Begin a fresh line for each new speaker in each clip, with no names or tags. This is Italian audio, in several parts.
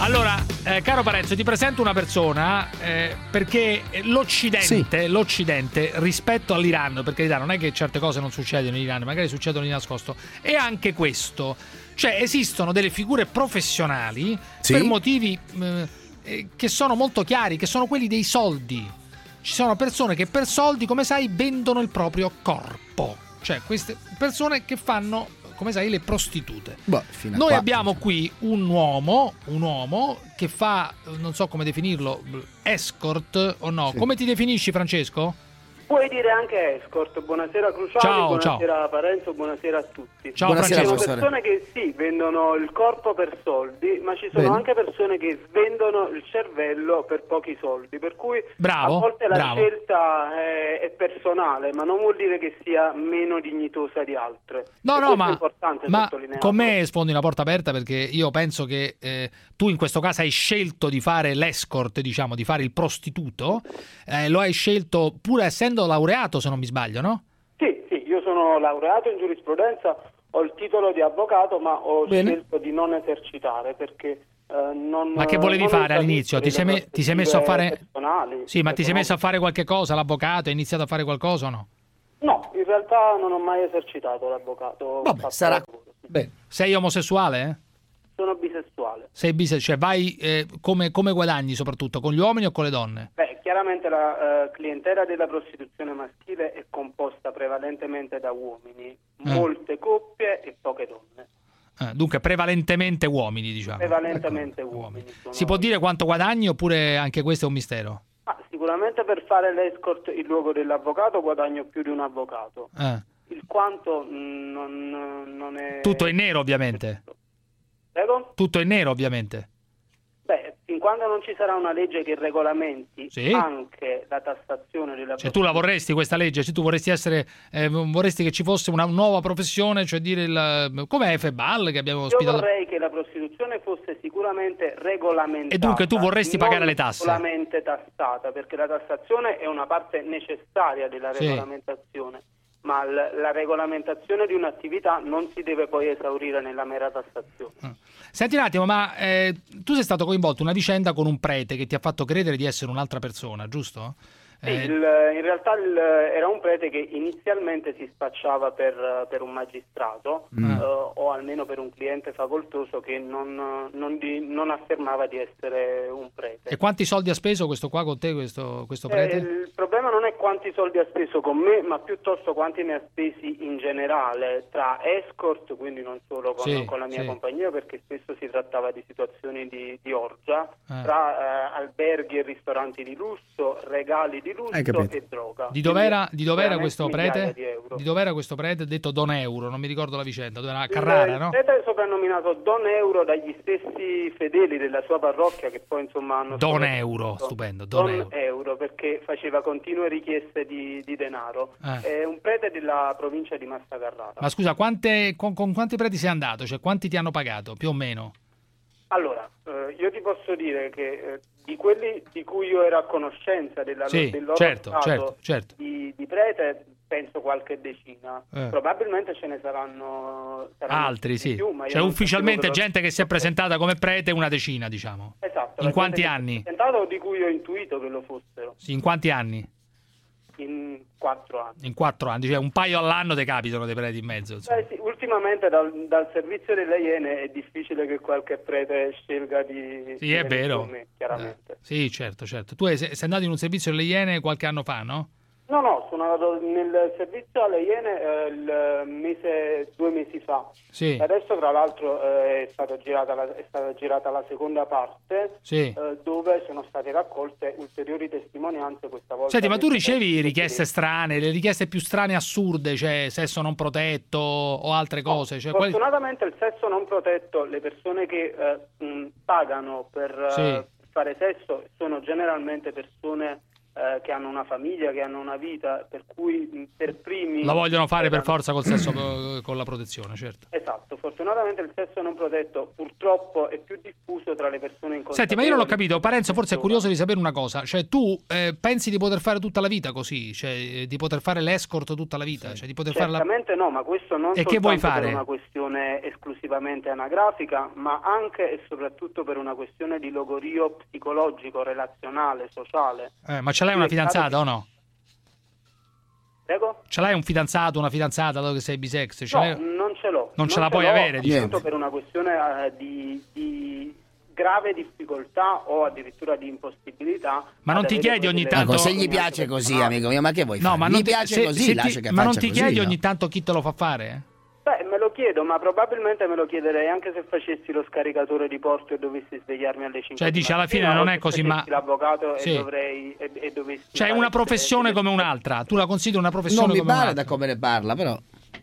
Allora, eh, caro Parenzo, ti presento una persona eh, perché l'Occidente, l'Occidente rispetto all'Iran, per carità, non è che certe cose non succedono in Iran, magari succedono di nascosto, è anche questo. Cioè, esistono delle figure professionali
Sì.
per motivi mh, eh, che sono molto chiari, che sono quelli dei soldi. Ci sono persone che per soldi, come sai, vendono il proprio corpo. Cioè, queste persone che fanno, come sai, le prostitute.
Boh, fino a
Noi
qua.
abbiamo qui un uomo, un uomo che fa, non so come definirlo, escort o no.
Sì.
Come ti definisci, Francesco?
Puoi dire anche escort. Buonasera Cruciani,
Ciao,
buonasera Parenzo, buonasera a
Ciao,
tutti. Ci
Buonasera,
sono
Francesco.
professore.
persone che sì, vendono il corpo per soldi, ma ci sono
Bene.
anche persone che vendono il cervello per pochi soldi, per cui
Bravo,
a volte la
bravo.
scelta è, è personale, ma non vuol dire che sia meno dignitosa di altre.
No,
E
no,
questo è
ma,
importante
ma
sottolinearlo.
con me sfondi una porta aperta perché io penso che eh, tu in questo caso hai scelto di fare l'escort, diciamo, di fare il prostituto. Eh, lo hai scelto pur essendo laureato, se non mi sbaglio, no?
Sì, sì, io sono laureato in giurisprudenza, ho il titolo di avvocato, ma ho
Bene.
scelto di non esercitare perché eh, non
Ma che volevi
non
fare
mi
all'inizio? Ti sei, me-
satisfano
ti
le
sei messo a
prospettive
fare... Sì, ma
personali,
ti sei
economiche.
messo a fare qualche cosa, l'avvocato? Hai iniziato a fare qualcosa o no?
No, in realtà non ho mai esercitato l'avvocato. ho
Vabbè,
fatto
sarà-
lavoro.
Bene.
Sei omosessuale? eh?
Sono bisessuale.
Sei bise, cioè vai eh, come, come guadagni soprattutto, con gli uomini o con le donne?
Beh, chiaramente la eh, clientela della prostituzione maschile è composta prevalentemente da uomini,
Ah.
molte coppie e poche donne.
Eh, dunque prevalentemente uomini, diciamo.
Prevalentemente uomini, sono-
Si può dire quanto guadagni oppure anche questo è un mistero?
Ma sicuramente per fare l'escort in luogo dell'avvocato guadagno più di un avvocato.
Eh,
Il quanto mh, non, non è...
Tutto in nero, ovviamente.
Prego?
Tutto in nero, ovviamente.
Beh, fin quando non ci sarà una legge che regolamenti
Sì.
anche la tassazione della
Cioè tu la vorresti questa legge, se tu vorresti essere eh, vorresti che ci fosse una nuova professione, cioè dire il com'è FBAL che abbiamo
Io
ospitato.
vorrei che la prostituzione fosse sicuramente regolamentata.
E dunque tu vorresti
non
pagare le tasse?
solamente tassata, perché la tassazione è una parte necessaria della
Sì.
regolamentazione, ma l- la regolamentazione di un'attività non si deve poi esaurire nella mera tassazione.
Eh. Senti un attimo, ma eh, tu sei stato coinvolto in una vicenda con un prete che ti ha fatto credere di essere un'altra persona, giusto?
Sì,
Eh,
il- in realtà il- era un prete che inizialmente si spacciava per, per un magistrato
Mm.
eh, o almeno per un cliente facoltoso che non, non di- non affermava di essere un prete.
E quanti soldi ha speso questo qua con te, questo, questo
Eh,
prete?
il problema non è quanti soldi ha speso con me, ma piuttosto quanti ne ha spesi in generale tra escort, quindi non solo con,
Sì,
con la mia
sì.
compagnia, perché spesso si trattava di situazioni di, di orgia,
Ah.
tra eh, alberghi e ristoranti di lusso, regali di lusso
Hai capito.
e droga.
Di dov'era,
Quindi,
di dov'era
veramente
questo
migliaia
prete?
Di euro.
Di dov'era questo prete? Detto Don Euro, non mi ricordo la vicenda, dove era a
Il-
Carrara,
il
no?
prete è soprannominato Don Euro dagli stessi fedeli della sua parrocchia che poi insomma hanno...
Don
scoperto-
Euro, stupendo, Don Euro.
perché faceva continue richieste di, di denaro.
Eh.
È un prete della provincia di Massa Carrara.
Ma scusa, quante- con, con quanti preti sei andato? Cioè, quanti ti hanno pagato, più o meno?
Allora, eh, io ti posso dire che eh, di quelli di cui io ero a conoscenza della,
Sì,
del loro
certo,
stato
certo, certo.
Di, di prete penso qualche decina.
Eh.
Probabilmente ce ne saranno, saranno
Altri,
di
sì.
più, ma io
Cioè,
non
ufficialmente
sapevo che lo-
gente che si è presentata come prete una decina, diciamo.
Esatto,
In
la
quanti
gente che si è
anni?
presentata o di cui ho intuito che lo fossero
Sì, in quanti anni?
in quattro anni.
In quattro anni, cioè un paio all'anno te capitano dei preti in mezzo, insomma.
Beh, sì, ultimamente dal, dal servizio delle Iene è difficile che qualche prete scelga di...
Sì,
di
è
venire
vero.
con me, chiaramente.
Eh, sì, certo, certo. Tu sei, sei andato in un servizio delle Iene qualche anno fa, no?
No, no, sono andato nel servizio alle Iene eh, il mese, due mesi fa.
Sì,
Adesso tra l'altro eh, è, stata girata la, è stata girata la seconda parte
sì.
eh, dove sono state raccolte ulteriori testimonianze questa volta.
Senti, ma
del-
tu ricevi richieste strane, le richieste più strane e assurde, cioè sesso non protetto o altre cose? Cioè, quali-
Fortunatamente il sesso non protetto, le persone che eh, mh, pagano per eh,
Sì.
fare sesso sono generalmente persone eh, eh, che hanno una famiglia, che hanno una vita, per cui per primi...
La vogliono fare per forza col sesso, con la protezione, certo.
Esatto, fortunatamente il sesso non protetto purtroppo è più diffuso tra le persone in
Senti, ma io non ho capito, Parenzo forse è curioso di sapere una cosa, cioè tu eh, pensi di poter fare tutta la vita così, cioè di poter fare l'escort tutta la vita, cioè di poter fare la...
Certamente no, ma questo non
E che vuoi
soltanto
fare?
per una questione esclusivamente anagrafica, ma anche e soprattutto per una questione di logorio psicologico, relazionale, sociale.
Eh, ma ce l'hai una
Sì, esatto.
fidanzata o no?
Prego?
Ce l'hai un fidanzato, una fidanzata, dato che sei bisex? Ce
No,
l'hai-
non ce l'ho.
non ce la puoi
l'ho
avere,
appunto
diciamo.
per una questione eh, di, di grave difficoltà o addirittura di impossibilità.
Ma non
ad
ti
avere
chiedi
poi
ogni
delle
tanto-
Ecco, se gli
relazioni
piace
anche
così,
personali.
amico mio, ma che vuoi
No,
fare?
ma
Gli
non ti,
piace
se-
così,
se ti-
lascia che
ma non
faccia
ti
così,
chiedi
no?
ogni tanto chi te lo fa fare?
Beh, me lo chiedo, ma probabilmente me lo chiederei anche se facessi lo caricatore di posto e dovessi svegliarmi alle 5.
Cioè,
di
dici, alla fine
mattina,
non
o
è
se
così, ma-
facessi l'avvocato
Sì.
e dovrei e, e dovessi
Cioè,
fare
una
tutte le-
professione
eh.
come un'altra, tu la consideri una professione
non mi
come
pare
un'altra?
da come ne parla, però.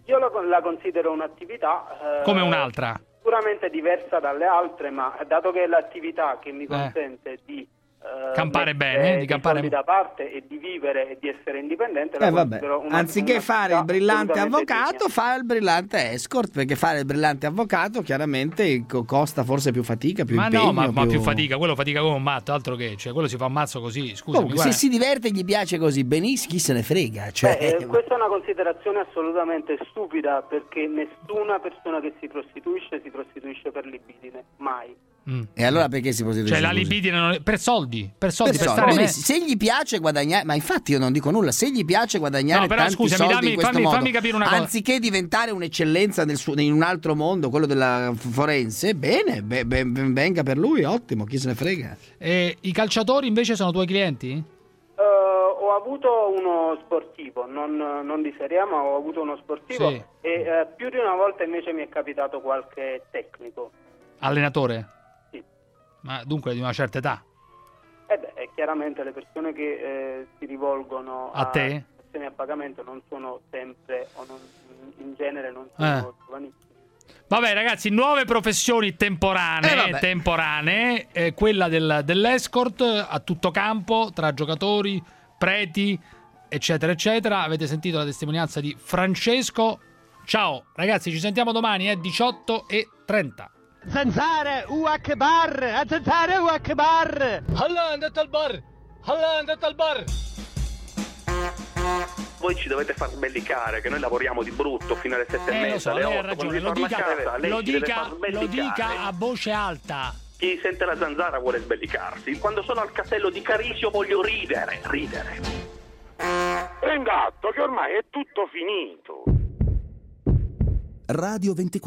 Io la, la considero un'attività eh,
Come un'altra.
sicuramente diversa dalle altre, ma dato che è l'attività che mi consente di eh,
Eh. Campare
mettere
bene, di
dei
campare-
soldi da parte e di vivere e di essere indipendente, la
Eh, vabbè.
considero una-
Anziché fare
un'attività
il brillante
assolutamente
avvocato,
degna.
fa il brillante escort, perché fare il brillante avvocato chiaramente co- costa forse più fatica, più
ma
impegno.
no, ma, ma più... fatica, quello fatica come un matto, altro che, cioè quello si fa un mazzo così, scusa,
Comunque, se si diverte e gli piace così, benissimo, chi se ne frega. Cioè,
Beh, eh, questa è una considerazione assolutamente stupida perché nessuna persona che si prostituisce si prostituisce per libidine, mai. Eh,
E allora perché si prostituisce?
Mm. Cioè la
Eh, così?
libidine non è- per soldi, per soldi, per,
Per soldi.
stare
Quindi
bene.
se gli piace guadagnare, ma infatti io non dico nulla, se gli piace guadagnare
No, però
tanti
scusami,
soldi
dammi-
in questo
fammi-
modo,
fammi capire una cosa.
anziché diventare un'eccellenza nel suo- in un altro mondo, quello della f- forense, bene, be- be- ben venga per lui, ottimo, chi se ne frega.
E Eh, i calciatori invece sono tuoi clienti?
Eh, ho avuto uno sportivo, non, non di Serie A, ma ho avuto uno sportivo
Sì.
e eh, più di una volta invece mi è capitato qualche tecnico.
Allenatore?
Sì.
Ma dunque di una certa età.
E Eh beh, e chiaramente le persone che eh, si rivolgono
A te?
prestazioni a pagamento non sono sempre, o non- in genere non
Eh.
sono giovanissimi.
Vabbè ragazzi, nuove professioni
Eh,
temporanee,
vabbè.
temporanee eh, quella del- dell'escort a tutto campo, tra giocatori, preti, eccetera, eccetera. Avete sentito la testimonianza di Francesco. Ciao ragazzi, ci sentiamo domani, è 18 e 30.
Zanzare, u akbar, a zanzare, u akbar. Allah, andate al bar. Allah, andate al bar.
Voi ci dovete far sbellicare, che noi lavoriamo di brutto fino alle sette e
Eh, lo
mezza,
so,
alle
lei ha
otto, quando
ragione,
si
lo
torna a
dica,
casa, lei
lo
ci deve
dica-
far
lo
sbellicare.
dica a voce alta.
Chi sente la zanzara vuole sbellicarsi. Quando sono al castello di Carisio voglio ridere, ridere.
Prenda atto che ormai è tutto finito.
Radio 24.